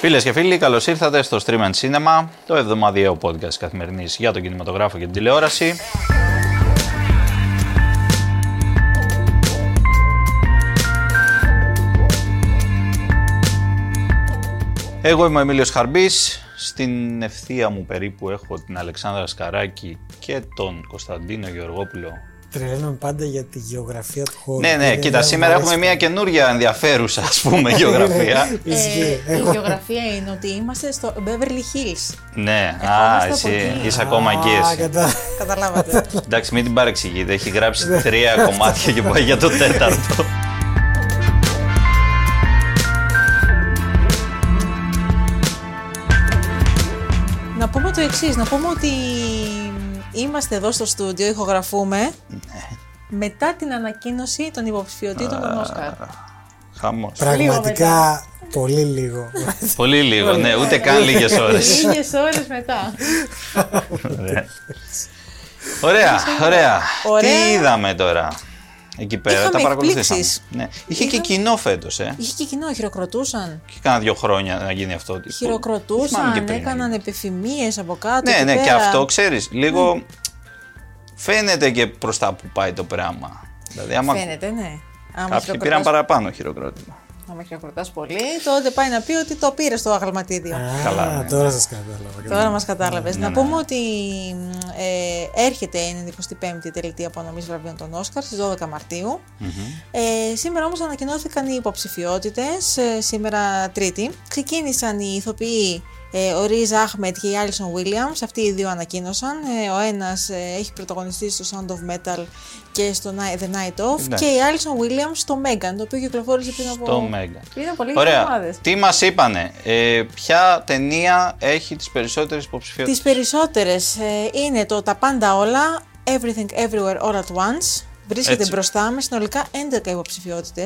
Φίλες και φίλοι, καλώς ήρθατε στο Stream and Cinema, το εβδομαδιαίο podcast καθημερινής για τον κινηματογράφο και την τηλεόραση. Εγώ είμαι ο Εμίλιος Χαρμπής. Στην ευθεία μου περίπου έχω την Αλεξάνδρα Σκαράκη και τον Κωνσταντίνο Γεωργόπουλο. Τρελαίνομαι πάντα για τη γεωγραφία του χώρου. Ναι, ναι, Δεν κοίτα, μου σήμερα αρέσει έχουμε μια πολύ. καινούργια ενδιαφέρουσα, ας Ναι, πούμε, γεωγραφία. Ισχύει. Ε, η Εγώ- γεωγραφία είναι ότι είμαστε στο Beverly Hills. Ναι, α, Ερχόμαστε από εσύ εκεί. είσαι ακόμα εκεί Α, εσύ. κατά- Καταλάβατε. Εντάξει, μην την παρεξηγείτε. Έχει γράψει τρία κομμάτια και πάει για το τέταρτο. να πούμε το εξής, να πούμε ότι είμαστε εδώ στο στούντιο, ηχογραφούμε. Ναι. Μετά την ανακοίνωση των υποψηφιωτήτων των Όσκαρ. Χαμός. Πραγματικά ε. πολύ λίγο. Πολύ λίγο, ναι, ούτε καν λίγες ώρες. Λίγες ώρες μετά. Ναι. Ωραία, ωραία. Τι Ωραία. είδαμε τώρα. Εκεί πέρα Είχαμε τα παρακολουθήσαμε. εκπλήξεις. Ναι. Είχε και κοινό φέτος, ε. Είχε και κοινό, χειροκροτούσαν. Και κάνα δύο χρόνια να γίνει αυτό. Ε, Θυμάμαι και Χειροκροτούσαν, πριν. έκαναν επιφημίες από κάτω. Ναι, εκεί ναι, και πέρα. Ναι. αυτό ξέρεις. Λίγο φαίνεται και προς τα που πάει το πράγμα. Δηλαδή, άμα Φαίνεται, ναι. κάποιοι Άμα πήραν χειροκροτάς- παραπάνω χειροκρότημα. άμα χειροκροτάς πολύ, τότε πάει να πει ότι το πήρε στο αγαλματίδιο. Καλά, Α, ναι. Τώρα σας κατάλαβα. Τώρα μας κατάλαβες. να πούμε ότι ε, έρχεται η 25η τελετή απονομής βραβείων των Όσκαρ στις 12 μαρτιου Ε, σήμερα όμως ανακοινώθηκαν οι υποψηφιότητες, ε, σήμερα Τρίτη. Ξεκίνησαν οι ηθοποιοί ε, ο Ρίζ Αχμετ και η Άλισον Williams, αυτοί οι δύο ανακοίνωσαν. Ε, ο ένας ε, έχει πρωταγωνιστήσει στο Sound of Metal και στο Ni- The Night Of Ναι. και η Άλισον Williams στο Megan, το οποίο κυκλοφόρησε πριν από... Το Μέγκα. Πριν από λίγες Ωραία. εβδομάδες. Τι μας είπανε, ε, Ποια ταινία έχει τις περισσότερες υποψηφιότητες. Τις περισσότερες ε, είναι το τα πάντα όλα, everything everywhere all at once. Βρίσκεται Έτσι. μπροστά με συνολικά 11 υποψηφιότητε.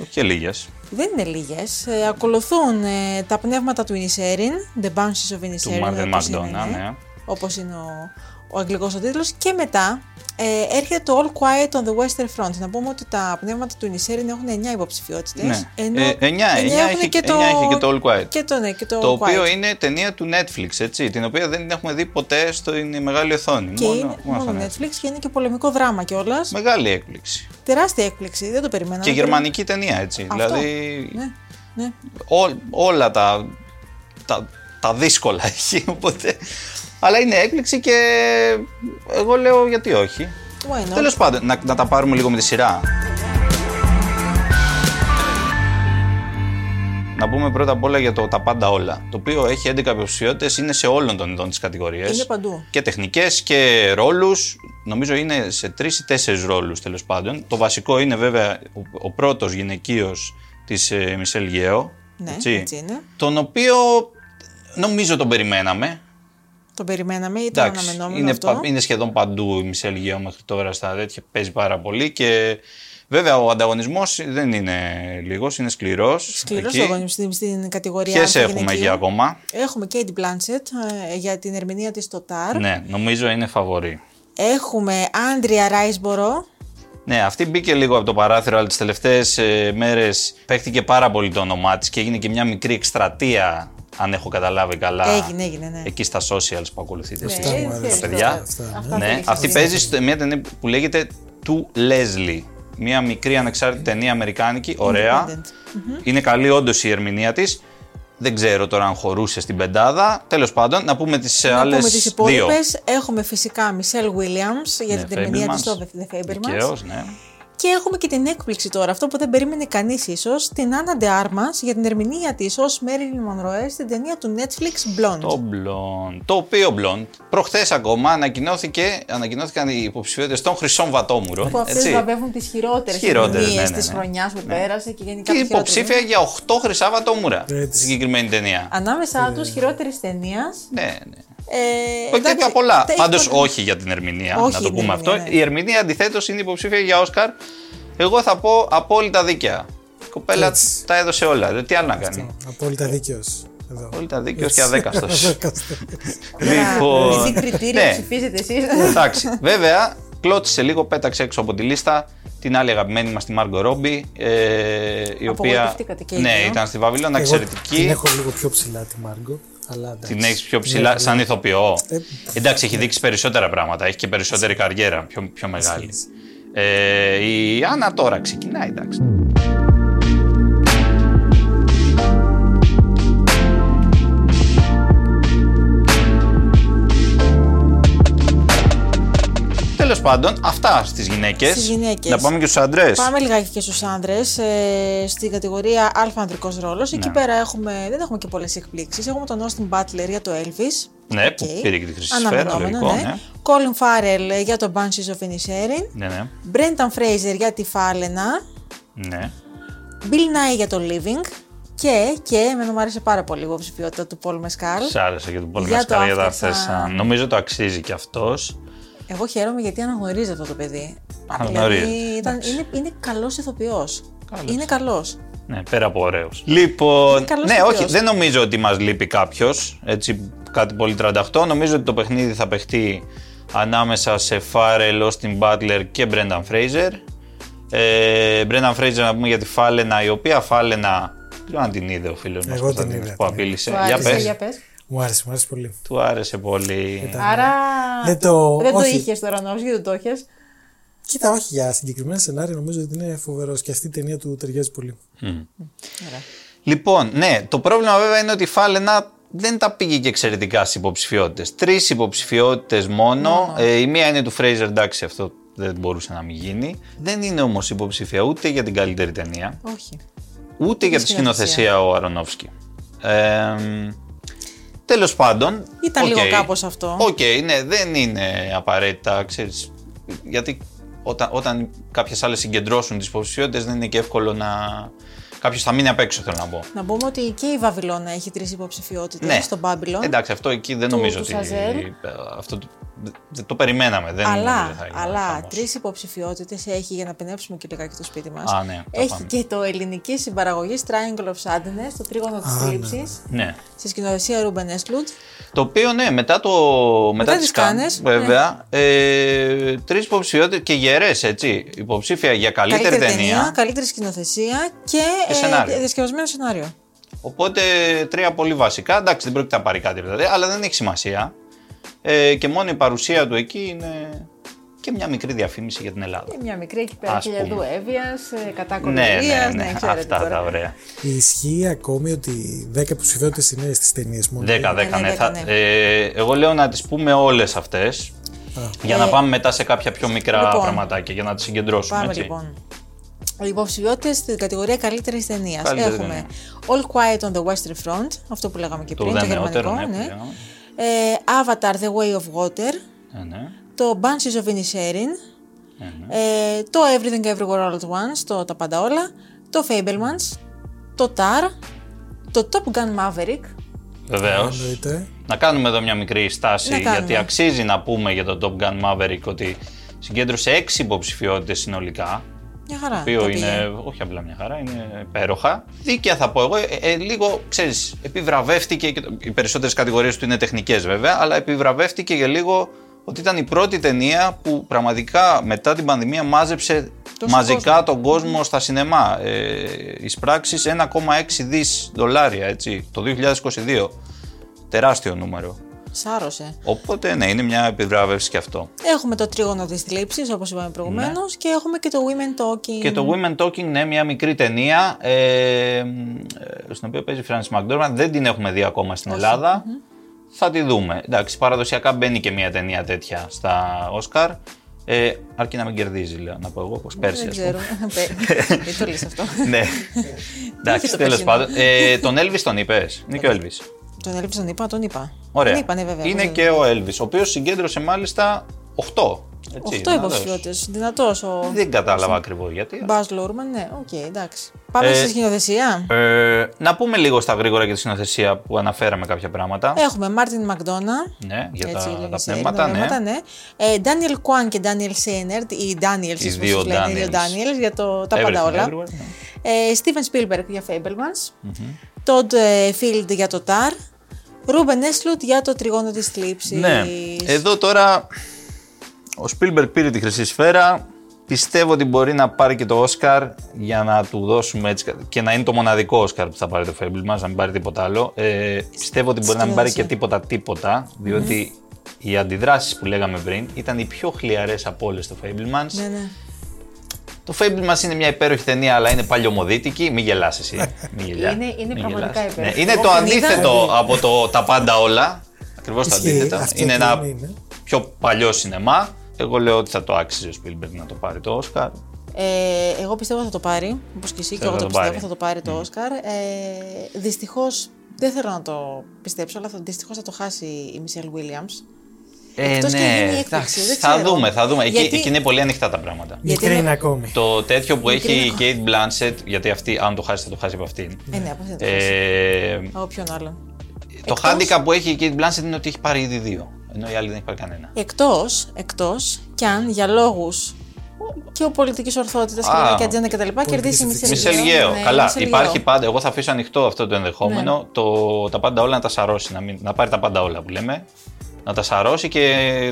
Όχι και λίγε. Δεν είναι λίγες. ακολουθούν ε, τα πνεύματα του Ινισέριν, The Bounces of Του Inisherin, Μάρτιν όπως είναι, Μακδόνα, ναι. όπως είναι ο, ο αγγλικός ο τίτλος. Και μετά ε, έρχεται το All Quiet on the Western Front. Να πούμε ότι τα πνεύματα του Ινισέριν έχουν 9 υποψηφιότητες. Ναι. Ενώ Ε, εννιά, εννιά έχουν έχει- εννιά έχει και το All Quiet. Και το, ναι, και το, Το All Quiet. οποίο είναι ταινία του Netflix, έτσι, την οποία δεν την έχουμε δει ποτέ στην μεγάλη οθόνη. Και είναι μόνο, στο Netflix και είναι και πολεμικό δράμα κιόλας. Μεγάλη έκπληξη. Τεράστια έκπληξη, δεν το περιμέναμε. Και γερμανική ταινία, έτσι. Αυτό. Δηλαδή, Ναι, ναι. ό- όλα τα, τα, τα δύσκολα έχει, οπότε... Αλλά είναι έκπληξη και εγώ λέω γιατί όχι. Why not. Τέλος πάντων, να, να τα πάρουμε λίγο με τη σειρά. Να πούμε πρώτα απ' όλα για το Τα Πάντα Όλα, το οποίο έχει 11 υποψηφιότητες, είναι σε όλων των ειδών της κατηγορίας. Είναι παντού. Και τεχνικές και ρόλους. Νομίζω είναι σε τρεις ή τέσσερις ρόλους τέλος πάντων. Το βασικό είναι βέβαια ο, ο πρώτος γυναικείος της ε, Μισελ Γεώ. Ναι, έτσι είναι. Τον οποίο νομίζω τον περιμέναμε. Το περιμέναμε, ήταν Εντάξει, αναμενόμενο είναι, αυτό. πα- είναι σχεδόν παντού η Μισελ Γεώ μέχρι τώρα στα τέτοια. Παίζει πάρα πολύ και βέβαια ο ανταγωνισμός δεν είναι λίγος, είναι σκληρός. Σκληρός αγώνιμο στην, στην κατηγορία. Ποιες του έχουμε γυναικείου. για ακόμα. Έχουμε Kate Blanchett ε, για την ερμηνεία της στο Τάρ. Ναι, νομίζω είναι φαβορή. Έχουμε Άντρια Ράισμπορο. Ναι, αυτή μπήκε λίγο από το παράθυρο, αλλά τις τελευταίες μέρες παίχτηκε πάρα πολύ το όνομά της και έγινε και μια μικρή εκστρατεία, αν έχω καταλάβει καλά. Έγινε, έγινε, ναι. Εκεί στα socials που ακολουθείτε. Ναι, εσείς, μου έτσι, αρέσουν τα έτσι, παιδιά. αυτά, Ναι, αυτά Ναι, θέλεις αυτή να παίζει σε μια ταινία που λέγεται Του Leslie. Μια μικρή ανεξάρτητη ταινία αμερικάνικη, ωραία. Independent. Είναι καλή όντως η ερμηνεία της. Δεν ξέρω τώρα αν χωρούσε στην πεντάδα. Τέλος πάντων, να πούμε τις Να άλλε πούμε τις δύο. υπόλοιπες. Έχουμε φυσικά Μισελ Williams για Ναι, την ερμηνεία της Fabelmans. στο The Fabelmans. Δικαίως, ναι. Και έχουμε και την έκπληξη τώρα, αυτό που δεν περίμενε κανείς ίσως, την Άννα Ντεάρμα για την ερμηνεία της ως Μέριλιν Μονροέ στην ταινία του Netflix Blonde. Το μπλον. Το οποίο μπλον. Προχθές ακόμα ανακοινώθηκε, ανακοινώθηκαν οι υποψηφιότητες των Χρυσών Βατόμουρων. Που αυτές έτσι. βραβεύουν τις χειρότερες Χειρότερες, ερμηνείες ναι, ναι, της ναι. χρονιάς που πέρασε και γενικά Και τις χειρότερες υποψήφια για 8 Χρυσά Βατόμουρα. Στη Έτσι. συγκεκριμένη ταινία. Ανάμεσά του χειρότερη ταινίας. Ναι, ναι. Ε, Όχι εντάξει, τέτοια πολλά. τα- Πάντω έχει- όχι για την ερμηνεία, Όχι να το για την πούμε αυτό. ερμηνεία, ναι. Η ερμηνεία αντιθέτως είναι υποψήφια για Όσκαρ. Εγώ θα πω απόλυτα δίκαια. Η κοπέλα Έτσι. τα έδωσε όλα. Δηλαδή, τι άλλο να κάνει. Απόλυτα δίκαιος. Εδώ. Απόλυτα δίκαιος και αδέκαστος. Αδέκαστος. Με τι Λοιπόν, κριτήρια ναι, Ναι. ψηφίζετε εσείς. εντάξει. Βέβαια, κλώτσισε λίγο, πέταξε έξω από τη λίστα την άλλη αγαπημένη μας τη Μάργκο Ρόμπι, ε, η οποία Απογοητευτήκατε και οι ναι, δύο. ήταν στη Βαβυλώνα Εγώ Την εξαιρετική. έχω λίγο πιο ψηλά τη Μάργκο. Αλλά εντάξει. Την έχεις πιο ψηλά, Ναι, σαν ναι. ηθοποιό. Ε, Εντάξει, ναι. έχει δείξει περισσότερα πράγματα. Έχει και περισσότερη καριέρα, πιο, πιο μεγάλη. Ε, η Άννα τώρα ξεκινάει, εντάξει. Τέλος πάντων, αυτά στις γυναίκες. Στις γυναίκες. Να πάμε και στους άντρες. Πάμε λιγάκι και στους άντρες. Ε, στην κατηγορία Α ανδρικός ρόλος. Εκεί Ναι. πέρα έχουμε, δεν έχουμε και πολλές εκπλήξεις. Έχουμε τον Austin Butler για το Elvis. Ναι, Οκ. που πήρε και τη χρυσή σφαίρα, Αναμενόμενο, λογικό. ναι. Ναι. Colin Farrell ε, για το Banshees of Inisherin. Ναι, ναι. Brendan Fraser για τη Φάλαινα. ναι. Bill Nye για το Living. Και, και, εμένα μου άρεσε πάρα πολύ η υποψηφιότητα του Paul Mescal. Σ' άρεσε και τον Πολ Για το Μασκάρη, για τα After Sun. θέσαν. Νομίζω το αξίζει και αυτός. Εγώ χαίρομαι γιατί αναγνωρίζει αυτό το παιδί. Αναγνωρίζει, Δηλαδή, ήταν, εντάξει. είναι, είναι καλός ηθοποιός. Είναι καλός. Ναι, πέρα από ωραίους. Λοιπόν, Είναι καλός ναι, ηθοποιός. όχι, δεν νομίζω ότι μας λείπει κάποιος. Έτσι, κάτι πολύ 38. Νομίζω ότι το παιχνίδι θα παιχτεί ανάμεσα σε Φάρελ, Όστιν Μπάτλερ και Μπρένταν Φρέιζερ. Ε, Μπρένταν Φρέιζερ, να πούμε για τη Φάλαινα, η οποία Φάλαινα. Δεν ξέρω αν την είδε ο φίλος μας Εγώ την είδα, που την απείλησε. Του Για άρεσε, πες. για πες. Μου άρεσε, μου άρεσε πολύ. Του άρεσε πολύ. Άρα. Δεν το- δεν το όχι. είχες τώρα νόμιζα γιατί δεν το είχες. Κοίτα, όχι για συγκεκριμένα σενάρια, νομίζω ότι είναι φοβερός και αυτή η ταινία του ταιριάζει πολύ. Λοιπόν, ναι, το πρόβλημα βέβαια είναι ότι η Φάλαινα δεν τα πήγε και εξαιρετικά στις υποψηφιότητες. Τρεις υποψηφιότητες μόνο. Ε, η μία είναι του Fraser, εντάξει, αυτό δεν μπορούσε να μην γίνει. Δεν είναι όμως υποψήφια ούτε για την καλύτερη ταινία, Όχι. ούτε για τη σκηνοθεσία. σκηνοθεσία ο Αρονόφσκι. Ε, Τέλος πάντων. Ήταν οκ. λίγο κάπως αυτό. Οκ, ναι, δεν είναι απαραίτητα, ξέρεις, γιατί όταν, όταν κάποιες άλλες συγκεντρώσουν τις υποψηφιότητες δεν είναι και εύκολο να... Κάποιος θα μείνει απ' έξω, θέλω να πω. Να πούμε ότι και η Βαβυλώνα έχει τρεις υποψηφιότητες στον Babylon. Ναι. Εντάξει, αυτό εκεί δεν νομίζω του ότι. Σαζέλ. ε, Αυτό το, δεν- το περιμέναμε. Δεν νομίζω Αλλά, ότι θα γίνει αλλά χαμός. τρεις υποψηφιότητες έχει για να πενέψουμε και λιγάκι το σπίτι μας. Α, ναι, τα έχει πάμε. και το ελληνική συμπαραγωγή Triangle of Sadness, το τρίγωνο της ναι. θλίψης, Ναι. στη σκηνοθεσία Ρούμπεν Έσλουτ. Το οποίο ναι, μετά, το, μετά, τις τις κάνες, κάνες, ναι. βέβαια, ε, τρεις υποψηφιότητες και γερές, έτσι, υποψήφια για καλύτερη, ταινία, καλύτερη σκηνοθεσία και, ε, Και σενάριο. διασκευασμένο σενάριο. οπότε τρία πολύ βασικά, εντάξει δεν πρόκειται να πάρει κάτι από τα τρία, αλλά δεν έχει σημασία ε, και μόνο η παρουσία του εκεί είναι και μια μικρή διαφήμιση για την Ελλάδα. Και μια μικρή εκεί πέρα Ας πούμε. χιλιαδού έβεια, ε, κατά Ναι, ναι, κολονία. ναι, αυτά τα ωραία. Ε, Ισχύει ακόμη ότι 10 υποψηφιότητες είναι στις ταινίες μόνο. 10, 10, Ναι, ναι. δέκα, Θα- ναι. ε, εγώ λέω να τις πούμε όλες αυτές, για να πάμε μετά σε κάποια πιο μικρά Ε, λοιπόν, πραγματάκια, για να τις συγκεντρώσουμε, Πάμε έτσι. λοιπόν. Οι υποψηφιότητες στην κατηγορία καλύτερης ταινίας. Καλύτερη Έχουμε ταινία. All Quiet on the Western Front, αυτό που λέγαμε και Το πριν, το δεν νεότερο, γερμανικό. ναι, που ναι. λέγαμε. Ε, Avatar The Way of Water, Ναι, ναι. το Banshees of Inisherin, ε, το Everything Everywhere All at Once, το Τα Πάντα Όλα, το Fablemans, το Tar, το Top Gun Maverick. Βεβαίως. Εννοείται. Να κάνουμε εδώ μια μικρή Να στάση, κάνουμε. γιατί αξίζει να πούμε για το Top Gun Maverick ότι συγκέντρωσε έξι υποψηφιότητες συνολικά. Μια χαρά. Το οποίο τα πήγε. είναι, όχι απλά μια χαρά, είναι υπέροχα. Δίκαια θα πω εγώ, ε, ε, λίγο, ξέρεις, επιβραβεύτηκε, και το- οι περισσότερες κατηγορίες του είναι τεχνικές βέβαια, αλλά επιβραβεύτηκε για λίγο ότι ήταν η πρώτη ταινία που πραγματικά μετά την πανδημία μάζεψε Τόσο μαζικά τον κόσμο στα σινεμά. Ε, εισπράξεις 1,6 δις δολάρια, έτσι, το 2022. Τεράστιο νούμερο. Σάρωσε. Οπότε ναι, είναι μια επιβράβευση και αυτό. Έχουμε το τρίγωνο της θλίψης, όπως είπαμε προηγουμένως, και έχουμε και το Women Talking. Ναι. Και το Women Talking, ναι, μια μικρή ταινία, ε, ε, στην οποία παίζει η Frances McDormand. Δεν την έχουμε δει ακόμα στην ελλαδα Θα τη δούμε. Εντάξει, παραδοσιακά μπαίνει και μια ταινία τέτοια στα Όσκαρ. Ε, αρκεί να μην κερδίζει, λέω, να πω εγώ, όπως πέρσι, Δεν ας πούμε. ξέρω. Δεν το λύσει αυτό. ναι. Εντάξει, το τέλος πεσινό. πάντων. Ε, τον Elvis τον είπες, είναι και ο Elvis. Τον Elvis τον είπα, τον είπα. Ωραία. Τον είπα, ναι, βέβαια. είναι και ο Elvis, ο οποίος συγκέντρωσε μάλιστα 8. Έτσι, 8 να δώσεις. υποψηφιότητες. Δυνατός ο Δεν κατάλαβα ακριβώς γιατί. αλλά- Μπάζ Λόρμαν, ναι, οκ, εντάξει. Πάμε στη σκηνοθεσία. Ε, να πούμε λίγο στα γρήγορα για τη σκηνοθεσία που αναφέραμε κάποια πράγματα. Έχουμε Μάρτιν Μακδόνα. ναι, για Ε, Έτσι, τα, λέμε τα σε- πνεύματα, ναι. ναι. Ε, Daniel Kwan και Daniel Σέινερτ, ή Daniels, Οι οι δύο δύο λένε, οι δύο Daniels. Daniels, για το, τα πάντα Everything, όλα. everywhere, ναι. Ε, Steven Spielberg για Fablemans. Todd ε, Field για το Tar. Ruben Eslut για το τριγώνο της θλίψης. Ε, Ναι. Εδώ τώρα ο Spielberg πήρε τη χρυσή σφαίρα. Πιστεύω ότι μπορεί να πάρει και το Όσκαρ για να του δώσουμε έτσι κα- και να είναι το μοναδικό Όσκαρ που θα πάρει το Fable μας, να μην πάρει τίποτα άλλο. Ε, πιστεύω ότι μπορεί να μην πάρει και τίποτα τίποτα, Ναι. διότι οι αντιδράσεις που λέγαμε πριν ήταν οι πιο χλιαρές από όλες στο Fablemans. Ναι, ναι. Το Fablemans είναι μια υπέροχη ταινία, αλλά είναι παλιωμοδίτικη. Μην γελάσει εσύ. Μην γελιά. Είναι- είναι Μην πραγματικά γελάς. υπέροχη. Ναι, είναι το Όταν αντίθετο από το τα πάντα όλα. Ακριβώς το Ισχύει. αντίθετο. Αυτό Είναι το ένα είναι. πιο παλιό σινεμά. Εγώ λέω ότι θα το άξιζε ο Spielberg να το πάρει το Όσκαρ. Ε, εγώ πιστεύω θα το πάρει, όπως και εσύ, και Θέλω εγώ να το το πιστεύω πάρει. θα το πάρει το Όσκαρ. Ε, Δυστυχώς δεν θέλω να το πιστέψω, αλλά δυστυχώς θα το χάσει η Μισελ Βίλιαμ. Ε, Εκτός και γίνει η έκπληξη, εντάξει, δεν θα ξέρω. δούμε, θα δούμε. Εκεί, Γιατί- εκεί είναι πολύ ανοιχτά τα πράγματα. Γιατί Μικρή είναι είναι- ακόμη. Το τέτοιο που έχει είναι η Kate Blanchett, γιατί αυτή, αν το χάσει, θα το χάσει από αυτήν. Ε, ναι, από αυτή θα το χάσει. Ε, Από ποιον άλλον. το εκτός- handicap που έχει η Kate Blanchett είναι ότι έχει πάρει ήδη δύο. Ενώ η άλλη δεν έχει πάρει κανένα. Εκτός, εκτός, κι αν για λόγους και ο πολιτικής ορθότητας και Α, η και ατζέντα κτλ. κερδίσει η Μισελ Μισελ Γεώ. Γέο. Ναι, Καλά. Μισελ Υπάρχει Γεώ. πάντα. Εγώ θα αφήσω ανοιχτό αυτό το ενδεχόμενο. Ναι. Το, τα πάντα όλα να τα σαρώσει. Να, μην, να πάρει τα πάντα όλα που λέμε. Να τα σαρώσει και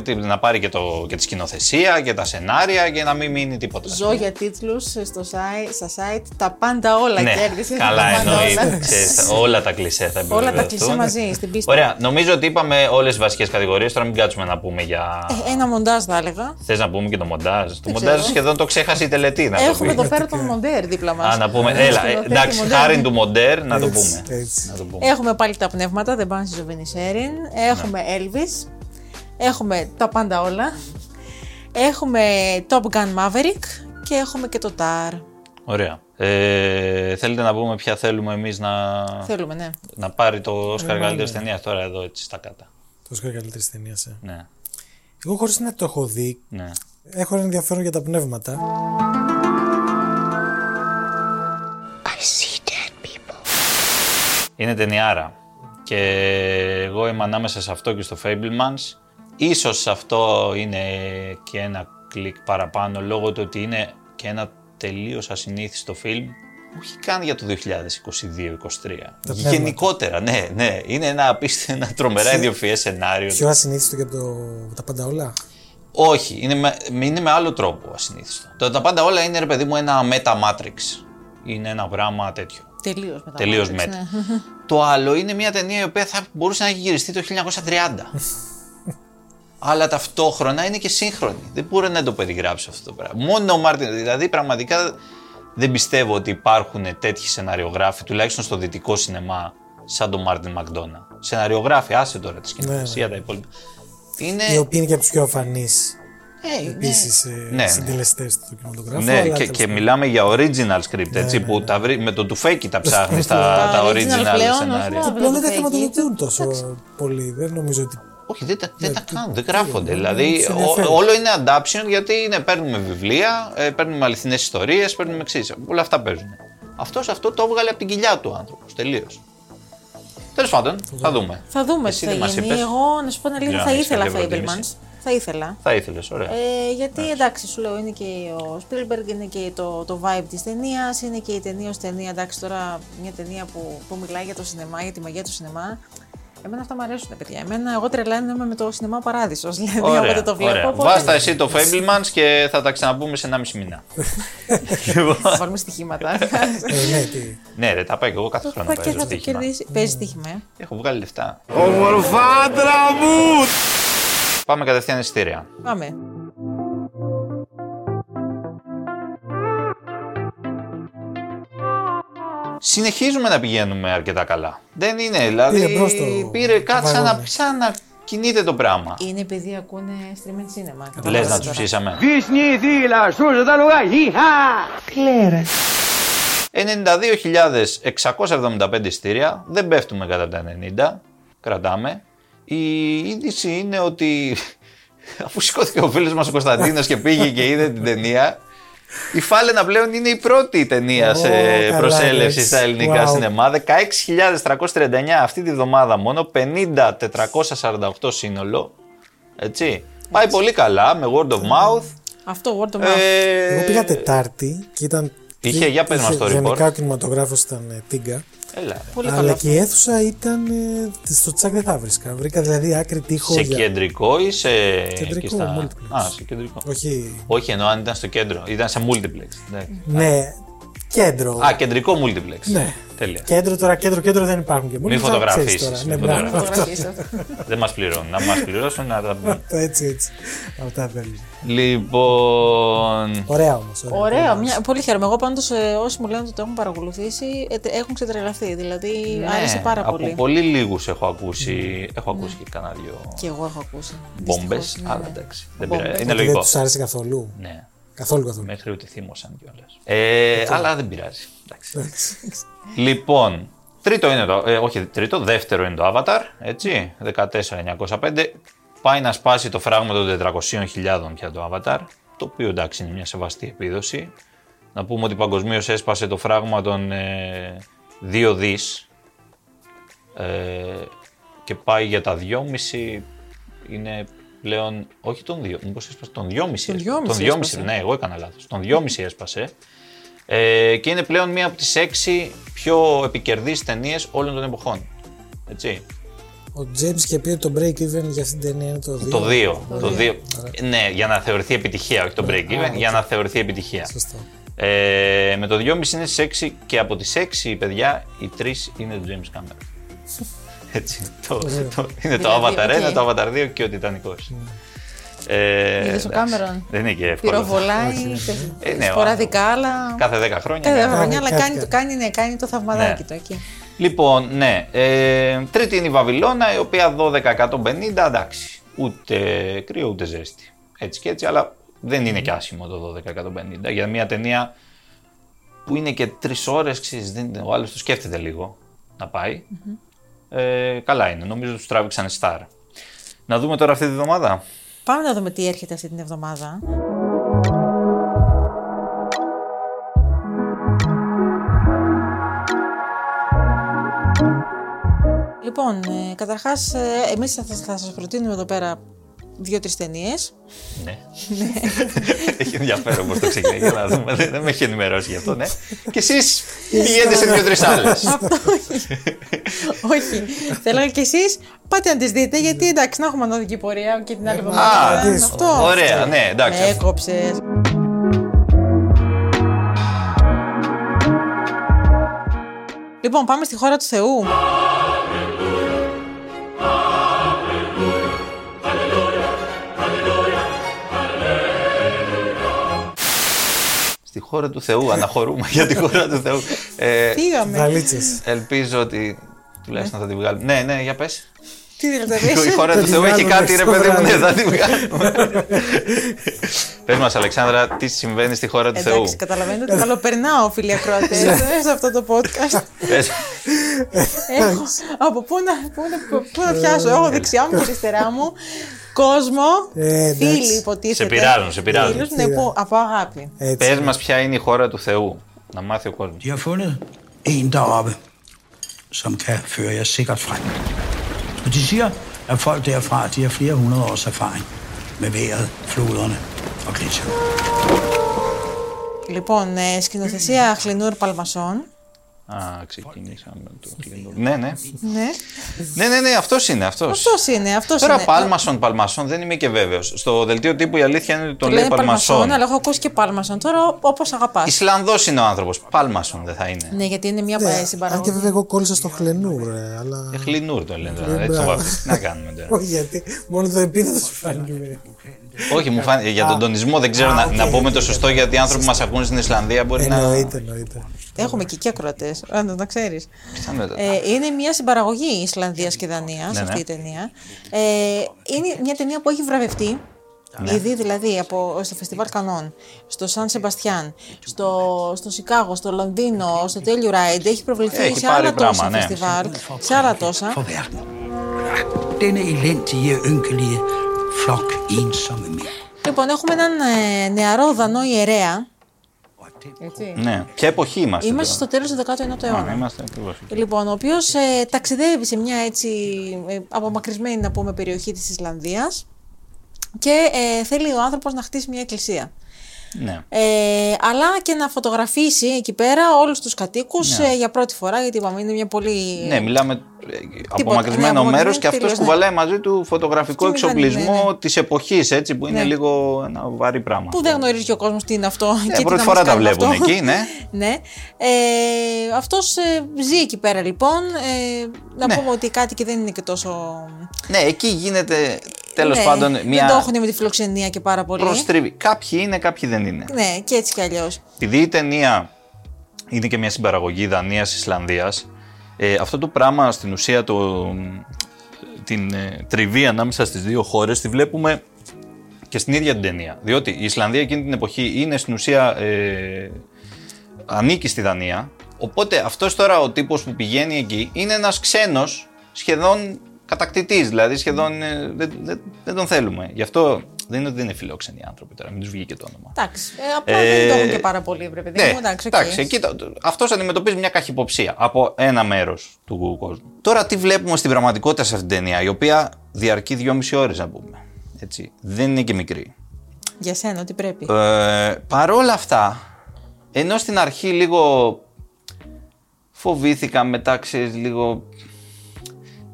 τι- να πάρει και, το, και τη σκηνοθεσία και τα σενάρια και να μην μείνει τίποτα. Ζω για τίτλους ε, στο site, στα site τα πάντα όλα Ναι, κέρδισε. τα καλά πάντα εννοείται. όλα. Ξέρεις, τα- όλα τα κλισέ θα Όλα τα επιβεβαιωθούν. κλισέ μαζί, στην πίστη. Ωραία, νομίζω ότι είπαμε όλες τις βασικές κατηγορίες. Τώρα μην κάτσουμε να πούμε για. Ε, Ένα μοντάζ θα έλεγα. Θες να πούμε και το μοντάζ. Το ξέρω. μοντάζ σχεδόν το ξέχασε η τελετή να το Έχουμε πει. το φέρο των Μοντέρ δίπλα μας. Α, να πούμε. Έχουμε Έλα, ε, σκηνοθέτη εντάξει, Μοντέρ. χάρη του μοντέρ να το Έτσι, πούμε. έτσι. Να το πούμε. Έχουμε πάλι τα πνεύματα, The Banshees of Inisherin. Έχουμε Ναι. Elvis. Έχουμε τα πάντα όλα. Έχουμε Top Gun Maverick και έχουμε και το TAR. Ωραία. Ε, θέλετε να πούμε ποια θέλουμε εμείς να, Θέλουμε, ναι. να πάρει το Όσκαρ Ε, καλύτερης ναι. ταινίας τώρα εδώ έτσι στα κάτω. Το Όσκαρ καλύτερης ταινίας. Ε. Ναι, Εγώ χωρίς να το έχω δει, ναι. έχω ένα ενδιαφέρον για τα πνεύματα. Είναι ταινιάρα. Και εγώ είμαι ανάμεσα σε αυτό και στο Fablemans. Ίσως αυτό είναι και ένα κλικ παραπάνω λόγω του ότι είναι και ένα τελείως ασυνήθιστο φιλμ. Όχι καν για το 2022-2023. πνεύματα. Γενικότερα, ναι, ναι. Είναι ένα, απίστε- ένα τρομερά ιδιοφιές σενάριο. Πιο ασυνήθιστο και από το, τα πάντα όλα. Όχι, είναι με, είναι με άλλο τρόπο ασυνήθιστο. Τα, τα πάντα όλα είναι, ρε παιδί μου, ένα meta-matrix. Είναι ένα πράγμα τέτοιο. Τελείως μετά. Τελείως Ναι. μέτρη. Το άλλο είναι μια ταινία η οποία θα μπορούσε να έχει γυριστεί το 1930. Αλλά ταυτόχρονα είναι και σύγχρονη. Δεν μπορεί να το περιγράψει αυτό το πράγμα. Μόνο ο Μάρτιν. Δηλαδή, πραγματικά δεν πιστεύω ότι υπάρχουν τέτοιοι σεναριογράφοι, τουλάχιστον στο δυτικό σινεμά, σαν τον Μάρτιν Μακδόνα. Σεναριογράφοι, άσε τώρα τη σκηνοθεσία, τα υπόλοιπα. Είναι. Οι οποίοι είναι και από τους πιο αφανείς Ε, ναι. επίση ναι. συντελεστές του κινηματογράφου. Ναι, αλλά και, τέλος και πάντων. μιλάμε για original script, έτσι, που τα βρει, με το τουφέκι τα ψάχνει τα, Τα τα original original πλέον, σενάρια. όχι μόνο. Πλέον δεν τα Βέβαια, χρηματοδοτούν τόσο πολύ. Δεν νομίζω ότι. Όχι, δεν τα, δεν τα κάνουν, δεν γράφονται. δεν Δηλαδή, τους ο- ενδιαφέρει. όλο είναι adaption γιατί είναι, παίρνουμε βιβλία, ε, παίρνουμε αληθινές ιστορίες, παίρνουμε εξής. Όλα αυτά παίζουν. Αυτός αυτό το έβγαλε από την κοιλιά του άνθρωπος. Τελείως. Τέλος πάντων, θα δούμε. Θα δούμε Εσύ τι δεν θα μας γίνει. είπες. Εγώ να σου πω την αλήθεια, Για θα να έχεις ήθελα κάποια Fablemans. προτίμηση. Θα ήθελα. Θα ήθελες, ωραία. Ε, γιατί εντάξει, σου λέω, είναι και ο Spielberg, είναι και το, το vibe της ταινίας, είναι και η ταινία ως ταινία. Εντάξει, τώρα μια ταινία που, που μιλάει για το σινεμά, για τη μαγεία του σινεμά. Εμένα αυτά μου αρέσουν, παιδιά. Εμένα, εγώ τρελαίνομαι με το σινεμά Παράδεισος. Δηλαδή, όποτε το βλέπω. οπότε- Βάστα εσύ το Fablemans και θα τα ξαναπούμε σε 1,5 μήνα. Λοιπόν, Θα βάλουμε στοιχήματα. Ε, ναι, τι. ναι, ρε, τα πάω και εγώ κάθε χρόνο. Θα και παίζω θα το στοίχημα. κερδίσει. Παίζει στοίχημα. ε. Έχω βγάλει λεφτά. Ομορφάντρα μου! Πάμε κατευθείαν εισιτήρια. Πάμε. συνεχίζουμε να πηγαίνουμε αρκετά καλά. Δεν είναι, δηλαδή Πήρε μπρος το πήρε κάτι σαν να, βαγόνι. σαν να κινείται το πράγμα. Είναι επειδή ακούνε streaming cinema. Λες να τους ψήσαμε. Δίσνη δίλα, σούζε τα λουγά, γεια! 92.675 εισιτήρια, δεν πέφτουμε κατά τα 90, κρατάμε. Η είδηση είναι ότι αφού σηκώθηκε ο φίλος μας ο Κωνσταντίνος και πήγε και είδε την ταινία, η Φάλαινα πλέον είναι η πρώτη ταινία Ω, σε καλά, προσέλευση εντάξει. στα ελληνικά Wow. σινεμά. 16.339 αυτή τη βδομάδα μόνο, 50.448 σύνολο. Έτσι. Πάει πολύ καλά με word of mouth. Αυτό, word of mouth. Ε, Εγώ πήγα Τετάρτη και ήταν Είχε, για πες μας το Γενικά report. ο κινηματογράφος ήταν ε, τίγκα. Έλα. ρε. Πολύ Αλλά καλό. και η αίθουσα ήταν. ε, στο τσακ δεν θα βρίσκα. Βρήκα δηλαδή άκρη τείχο. Σε για- κεντρικό ή σε. Κεντρικό, εκεί στα- multiplex. Α, σε κεντρικό. Όχι. Όχι, ενώ αν ήταν στο κέντρο. Ήταν σε multiplex. εντάξει. Ναι, κέντρο. Α, κεντρικό multiplex. Mm. Ναι. Τέλεια. Κέντρο τώρα, κέντρο, κέντρο δεν υπάρχουν και μόνο. Μη φωτογραφίσεις, μη Ναι, μπράβο, Να αυτό. φωτογραφίσω. Δεν μας πληρώνουν. Να μας πληρώσουν να τα πούμε. Αυτό, έτσι, έτσι. Αυτά θέλει. Λοιπόν. Ωραία όμως. Ωραίο, μια... πολύ χαίρομαι. Εγώ πάντως όσοι μου λένε ότι το έχουν παρακολουθήσει ε, τε- έχουν ξετρελαθεί. Δηλαδή άρεσε ναι, πάρα από πολύ. πολύ λίγους έχω ακούσει. Mm. Έχω ακούσει και κανένα δύο Και εγώ έχω ακούσει. μπόμπε. δυστυχώς, ναι, Αλλά ναι. εντάξει. Δεν Μπόμπες. πειράζει. Είναι Είναι Δεν λογικό. τους άρεσε καθόλου. Ναι. Καθόλου καθόλου. Μέχρι ότι θύμωσαν κιόλας. Ε, αλλά δεν πειράζει. Εντάξει. Εντάξει. Λοιπόν, τρίτο είναι το. ε, όχι, τρίτο, δεύτερο είναι το Avatar. Έτσι. 14905. Πάει να σπάσει το φράγμα των 400.000 πια το Avatar. Το οποίο εντάξει είναι μια σεβαστή επίδοση. Να πούμε ότι παγκοσμίως έσπασε το φράγμα των ε, 2 δις. Ε, και πάει για τα 2,5. Είναι πλέον. Όχι τον 2. Μήπως έσπασε τον 2,5. Τον έσπασε. 2,5 Τον 2,5, έσπασε. ναι, εγώ έκανα λάθος. Τον 2,5 έσπασε. Ε, και είναι πλέον μία από τις έξι πιο επικερδείς ταινίες όλων των εποχών. Έτσι. Ο Τζέιμ είχε πει ότι το break even για αυτήν την ταινία είναι το 2. Το 2. Το δύο. Ναι, για να θεωρηθεί επιτυχία, όχι το break even, για να θεωρηθεί επιτυχία. Σωστό. Ε, με το 2,5 είναι στις 6 και από τις 6 παιδιά, οι 3 είναι του James Cameron. Έτσι. Το, το- είναι το Δηλαδή, Avatar 1, οκ. το Avatar 2 και ο Τιτανικός. Ε, Είδες ο εντάξει. Cameron. Δεν είναι και εύκολο. Πυροβολάει Ε, ναι, ο σποραδικά, αλλά. Κάθε 10 χρόνια. Κάθε κάνει. χρονιά, αλλά Κάτι, κάνει, κάτι. το, κάνει, ναι, κάνει το θαυμαδάκι Ναι. του εκεί. Λοιπόν, ναι. Ε, τρίτη είναι η Βαβυλώνα, η οποία 12-150, εντάξει. Ούτε κρύο ούτε ζέστη. Έτσι και έτσι, αλλά δεν είναι και άσχημο το 12-150 για μια ταινία που είναι και τρεις ώρες, ο άλλος το σκέφτεται λίγο να πάει. Ε, καλά είναι, νομίζω τους τράβηξαν star. Να δούμε τώρα αυτή τη βδομάδα. Πάμε να δούμε τι έρχεται αυτή την εβδομάδα. Λοιπόν, ε, καταρχάς, ε, εμείς θα, θα σας προτείνουμε εδώ πέρα δύο-τρεις ταινίες. Ναι. Έχει ενδιαφέρον πώς το ξεκινάει. Για να δούμε. Δεν, δεν με έχει ενημερώσει γι' αυτό, ναι. Και εσείς πηγαίνετε σε δύο-τρει άλλες. Αυτό όχι. όχι. Θέλω και εσείς πάτε να τις δείτε, γιατί εντάξει, να έχουμε ανώδικη πορεία και την άλλη εβδομάδα. Α, Ε, δεις. αυτό. Ε, Ωραία, ναι, εντάξει. Με έκοψες. Λοιπόν, πάμε στη χώρα του Θεού. Στη χώρα του Θεού, αναχωρούμε για τη χώρα του Θεού. Ε, Φύγαμε. Βαλίτσε. ελπίζω ότι τουλάχιστον θα τη βγάλουμε. Ναι, ναι, για πες. Τι δηλαδή. Η χώρα του τη Θεού έχει βγάλουμε κάτι, ρε στο παιδί μου, ναι, βράδυ. θα τη βγάλουμε. Πες μας, Αλεξάνδρα, τι συμβαίνει στη χώρα του Θεού. Ναι. Εντάξει, καταλαβαίνετε ότι καλοπερνάω, φίλοι ακροατές, ε, σε αυτό το podcast. Πες. Έχω, από πού να, πού, να, πού να πιάσω, έχω δεξιά μου και αριστερά μου κόσμο, Ε, εντάξει. φίλοι υποτίθεται. Σε πειράζουν, σε πειράζουν. Φίλους, ναι, που, από αγάπη. Έτσι. Πες μας ποια είναι η χώρα του Θεού. Να μάθει ο κόσμος. De har fundet en deroppe, som kan føre jer sikkert frem. Og de siger, at folk derfra de har flere hundrede års erfaring med vejret, floderne og gletsjerne. Λοιπόν, ε, σκηνοθεσία Χλινούρ Παλμασόν. Α, ξεκινήσαμε το κλείνω. Ναι, ναι. Ναι. Ναι, ναι, ναι, αυτός είναι, αυτός. Αυτός είναι, αυτός Τώρα είναι. Πάλμασον, Παλμασόν, δεν είμαι και βέβαιος. Στο δελτίο τύπου η αλήθεια είναι ότι τον λέει Λένε Παλμασόν, Παλμασόν. αλλά έχω ακούσει και Παλμασόν. Τώρα, όπως αγαπάς. Ισλανδός είναι ο άνθρωπος. Πάλμασον δεν θα είναι. Ναι, γιατί είναι μια Ναι, ε, Αν και συμπαραγωγή. βέβαια εγώ κόλλησα στο χλενούρ, ρε, αλλά. Ε, Χλινούρ το λένε τώρα. Έτσι το μπράβο. βάζω. Τι να κάνουμε ναι. τώρα. Ναι. Ε, Όχι γιατί, μόνο το επίθετος σου ναι. φάνηκε. Όχι, μου φάνηκε για τον τονισμό δεν ξέρω να, να πούμε το σωστό γιατί οι άνθρωποι μας ακούνε στην Ισλανδία μπορεί να. Εννοείται, εννοείται. Έχουμε και εκεί ακροατές, αν να ξέρεις. Σαν- Ε, είναι μια συμπαραγωγή Ισλανδίας και Δανίας Ναι, ναι. αυτή η ταινία. Ε, είναι μια ταινία που έχει βραβευτεί Ναι. ήδη δηλαδή από, στο Φεστιβάλ Κανών, στο Σαν Σεμπαστιάν, στο, στο Σικάγο, στο Λονδίνο, στο Telluride. Έχει προβληθεί Έχει σε πάρει άλλα πράγμα, τόσα ναι. φεστιβάλ, σε άλλα For τόσα. verden. Denne elendige, ynkelige flok ensomme mænd. Λοιπόν, έχουμε έναν ε, νεαρό Δανό ιερέα. Έτσι. Ναι. Ποια εποχή είμαστε. Είμαστε στο τώρα? τέλος του 19ου Α, αιώνα. Είμαστε ακριβώς. Λοιπόν, ο οποίος ε, ταξιδεύει σε μια έτσι ε, απομακρυσμένη να πούμε περιοχή της Ισλανδίας και ε, θέλει ο άνθρωπος να χτίσει μια εκκλησία. Ναι. Ε, αλλά και να φωτογραφίσει εκεί πέρα όλους τους κατοίκους ε, για πρώτη φορά, γιατί είπαμε είναι μια πολύ. Ναι, μιλάμε ε, ναι, απομακρυσμένο απομακρυσμένο, μέρος και αυτός τελείως, ναι. κουβαλάει μαζί του φωτογραφικό Αυτή η μηχανή, εξοπλισμό της εποχής, έτσι, που είναι Ναι. λίγο ένα βαρύ πράγμα. Που δεν γνωρίζει και ο κόσμος τι είναι αυτό. και τι Ναι, πρώτη να φορά μας τα κάνει βλέπουν αυτό. εκεί, ναι. ναι. Ε, Αυτός ε, ζει εκεί πέρα λοιπόν. Ε, να Ναι. πούμε ότι οι κάτοικοι δεν είναι και τόσο. Ναι, εκεί γίνεται τέλος Ναι, πάντων μια. Δεν το έχουν με τη φιλοξενία και πάρα πολύ. προστριβή. Κάποιοι είναι, κάποιοι δεν είναι. Ναι, και έτσι κι αλλιώς. Επειδή η ταινία είναι και μια συμπαραγωγή Δανία-Ισλανδία, ε, αυτό το πράγμα στην ουσία το, την ε, τριβή ανάμεσα στις δύο χώρες τη βλέπουμε και στην ίδια την ταινία. Διότι η Ισλανδία εκείνη την εποχή είναι στην ουσία. Ε, ανήκει στη Δανία. Οπότε αυτός τώρα ο τύπος που πηγαίνει εκεί είναι ένας ξένος σχεδόν κατακτητής. Δηλαδή σχεδόν ε, δεν, δεν, δεν τον θέλουμε. Γι' αυτό δεν είναι ότι δεν είναι φιλόξενοι άνθρωποι τώρα, μην τους βγει και το όνομα. Εντάξει. Ε, απλά Ε, ναι, δεν το έχουν και πάρα πολύ, βρε παιδί μου. Εντάξει, οκ. αυτός αντιμετωπίζει μια καχυποψία από ένα μέρος του κόσμου. Τώρα τι βλέπουμε στην πραγματικότητα σε αυτήν την ταινία, η οποία διαρκεί 2,5 ώρες, να πούμε. Έτσι. Δεν είναι και μικρή. Για σένα, ότι πρέπει. Ε, παρόλα αυτά, ενώ στην αρχή λίγο φοβήθηκα, μετά ξέρεις λίγο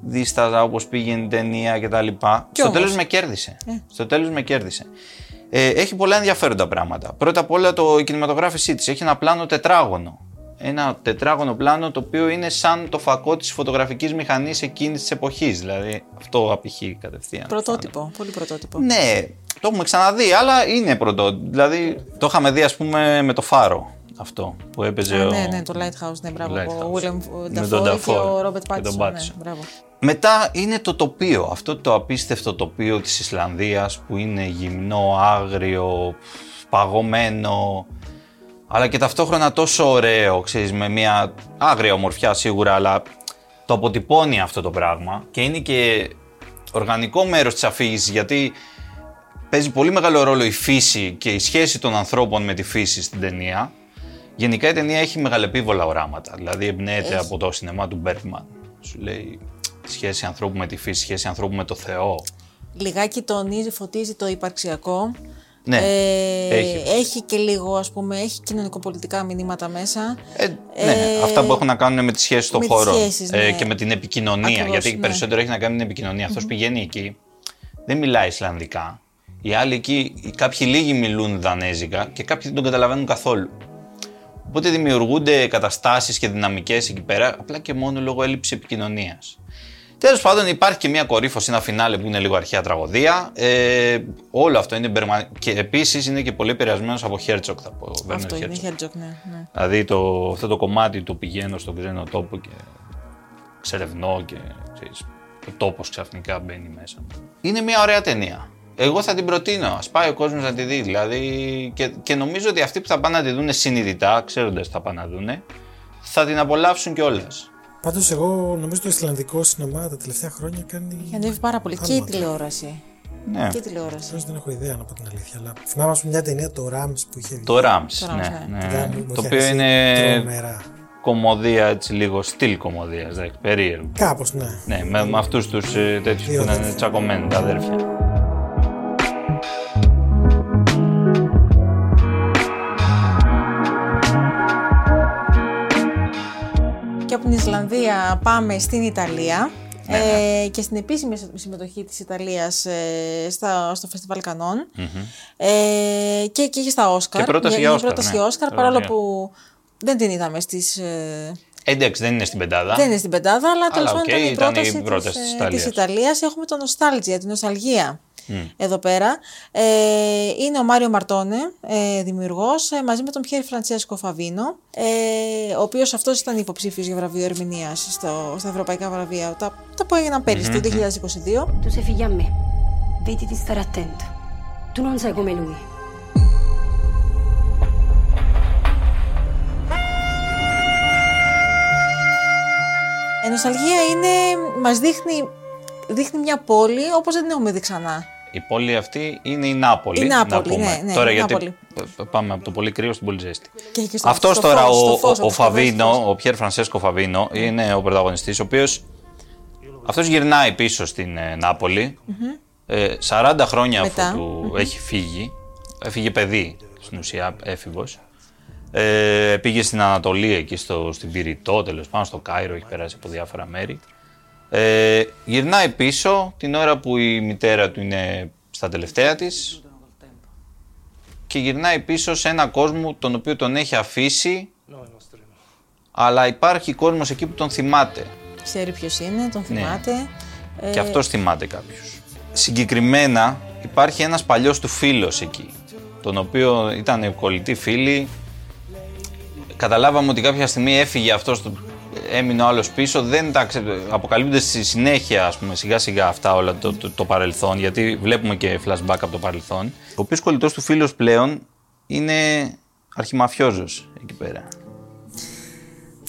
δίσταζα όπως πήγαινε η ταινία και τα λοιπά. Κι στο όμως. Ε. τέλος με κέρδισε. Στο τέλος με κέρδισε. Ε, έχει πολλά ενδιαφέροντα πράγματα. Πρώτα απ' όλα το, η κινηματογράφησή της έχει ένα πλάνο τετράγωνο. Ένα τετράγωνο πλάνο το οποίο είναι σαν το φακό της φωτογραφικής μηχανής εκείνης της εποχής. Δηλαδή αυτό απηχεί κατευθείαν. Πρωτότυπο. Πολύ πρωτότυπο. Ναι, το έχουμε ξαναδεί, αλλά είναι πρωτό. Δηλαδή, το είχαμε δει, ας πούμε, με το φάρο αυτό που έπαιζε. Α, ο... ναι, ναι, το Lighthouse, ναι, μπράβο. Lighthouse. Ο William Με τον Dafoe και ο Dafoe Robert και τον Pattinson. Pattinson. Ναι, μπράβο. Μετά είναι το τοπίο, αυτό το απίστευτο τοπίο της Ισλανδίας που είναι γυμνό, άγριο, παγωμένο, αλλά και ταυτόχρονα τόσο ωραίο, ξέρεις, με μια άγρια ομορφιά σίγουρα, αλλά το αποτυπώνει αυτό το πράγμα και είναι και οργανικό μέρος της αφήγησης γιατί παίζει πολύ μεγάλο ρόλο η φύση και η σχέση των ανθρώπων με τη φύση στην ταινία. Γενικά η ταινία έχει μεγαλεπίβολα οράματα. Δηλαδή εμπνέεται από το σινεμά του Bergman. Σου λέει σχέση ανθρώπου με τη φύση, σχέση ανθρώπου με το Θεό. Λιγάκι τονίζει, φωτίζει το υπαρξιακό. Ναι, Ε, έχει. έχει και λίγο, ας πούμε, έχει κοινωνικοπολιτικά μηνύματα μέσα. Ε, ναι, Ε, αυτά που έχουν να κάνουν με τις σχέσεις των με τις χώρων ε, σχέσεις, ναι. και με την επικοινωνία. Ακριβώς, γιατί ναι. περισσότερο έχει να κάνει με την επικοινωνία. Αυτός πηγαίνει εκεί, δεν μιλάει Ισλανδικά. Οι άλλοι εκεί, κάποιοι λίγοι μιλούν Δανέζικα και κάποιοι δεν τον καταλαβαίνουν καθόλου. Οπότε δημιουργούνται καταστάσεις και δυναμικές εκεί πέρα, απλά και μόνο λόγω έλλειψης επικοινωνίας. Τέλος πάντων, υπάρχει και μια κορύφωση, ένα φινάλε που είναι λίγο αρχαία τραγωδία. Ε, όλο αυτό είναι μπερμα... και επίσης είναι και πολύ επηρεασμένος από Χέρτσοκ, θα πω. Βέρνερ Αυτό είναι, Χέρτσοκ. Χέρτζοκ, ναι. ναι. Δηλαδή το, αυτό το κομμάτι του πηγαίνω στον ξένο τόπο και ξερευνώ και ξέρεις, ο τόπος ξαφνικά μπαίνει μέσα μου. Είναι μια ωραία ταινία. Εγώ θα την προτείνω. Ας πάει ο κόσμος να τη δει. Δηλαδή, και, και νομίζω ότι αυτοί που θα πάνε να τη δουν συνειδητά, ξέροντας τι θα πάνε να δουν, θα την απολαύσουν κιόλας. Πάντως, εγώ νομίζω το Ισλανδικό σινεμά τα τελευταία χρόνια κάνει. Έχει ανέβει πάρα πολύ. Και η Άλματα. τηλεόραση. Ναι. Και η τηλεόραση. Ξέρω, δεν έχω ιδέα να πω την αλήθεια. Αλλά θυμάμαι ας πούμε, μια ταινία το Rams που είχε βγει. Το Rams. Το Rams, Ναι, ναι. ναι. Ήταν- Το μου είχε οποίο αρέσει είναι Τρομερά. κομμωδία έτσι λίγο, στυλ κομμωδίας. Περίεργο. Κάπως, ναι. Ναι, με, με αυτούς τους τέτοιου Δύο που είναι αδέρφια. τσακωμένοι τα αδέρφια. Και από την Ισλανδία πάμε στην Ιταλία Ναι, ε, και στην επίσημη συμμετοχή της Ιταλίας ε, στα, στο Φεστιβάλ Κανών ε, και, και είχε στα Όσκαρ. Και πρόταση Μια- για μια Όσκαρ, πρόταση ναι. για Όσκαρ, Τώρα παρόλο μία. που δεν την είδαμε στις... ε, Εντάξει, δεν είναι στην πεντάδα. δεν είναι στην πεντάδα, αλλά τέλος πάντων οκ, ήταν η ήταν η πρόταση, πρόταση της, της ε, Ιταλίας. της Ιταλίας. Έχουμε το νοστάλτζια, την νοσταλγία εδώ πέρα. Ε, είναι ο Μάριο Μαρτόνε, ε, δημιουργός, ε, μαζί με τον Πιέρ Φραντσέσκο Φαβίνο, ε, ο οποίος αυτός ήταν υποψήφιος για βραβείο ερμηνείας στο, στα ευρωπαϊκά βραβεία, τα, τα που έγιναν πέρυσι, το 2022. Tu sei figlia a me. Vedi di stare attento. Tu non sei come lui. Η νοσταλγία Ε, είναι, μας δείχνει, δείχνει μια πόλη όπως δεν την έχουμε δει ξανά. Η πόλη αυτή είναι η Νάπολη. Η Νάπολη, να πούμε. ναι, ναι, Τώρα η γιατί Νάπολη. π- π- πάμε από το πολύ κρύο στην πολύ ζέστη. Και- και στο- Αυτός στο τώρα, φως, ο, στο φως, Ναι. ο, ο όπως το βάζεις, Φαβίνο, ο Πιέρ Φρανσέσκο Φαβίνο, είναι ο πρωταγωνιστής, ο οποίος. Αυτός γυρνάει πίσω στην ε, ναπολη Ε, 40 χρόνια Μετά. αφού του έχει φύγει. Έφυγε παιδί στην ουσία έφηβος. Ε, πήγε στην Ανατολή, εκεί στο, στην Πυρητό, τέλος πάντων, στο Κάιρο, έχει περάσει από διάφορα μέρη. Ε, γυρνάει πίσω την ώρα που η μητέρα του είναι στα τελευταία της και γυρνάει πίσω σε ένα κόσμο τον οποίο τον έχει αφήσει αλλά υπάρχει κόσμος εκεί που τον θυμάται. Ξέρει ποιος είναι, Ναι. τον θυμάται. Ε, Και αυτός θυμάται κάποιο. Συγκεκριμένα υπάρχει ένας παλιός του φίλος εκεί, τον οποίο ήταν κολλητή φίλη. Καταλάβαμε ότι κάποια στιγμή έφυγε αυτός, έμεινε ο άλλος πίσω. Δεν τα ξε- αποκαλύπτονται στη συνέχεια, ας πούμε, σιγά σιγά αυτά όλα το, το, το παρελθόν, γιατί βλέπουμε και flashback από το παρελθόν. Ο οποίος κολλητός του φίλος πλέον είναι αρχιμαφιόζος εκεί πέρα.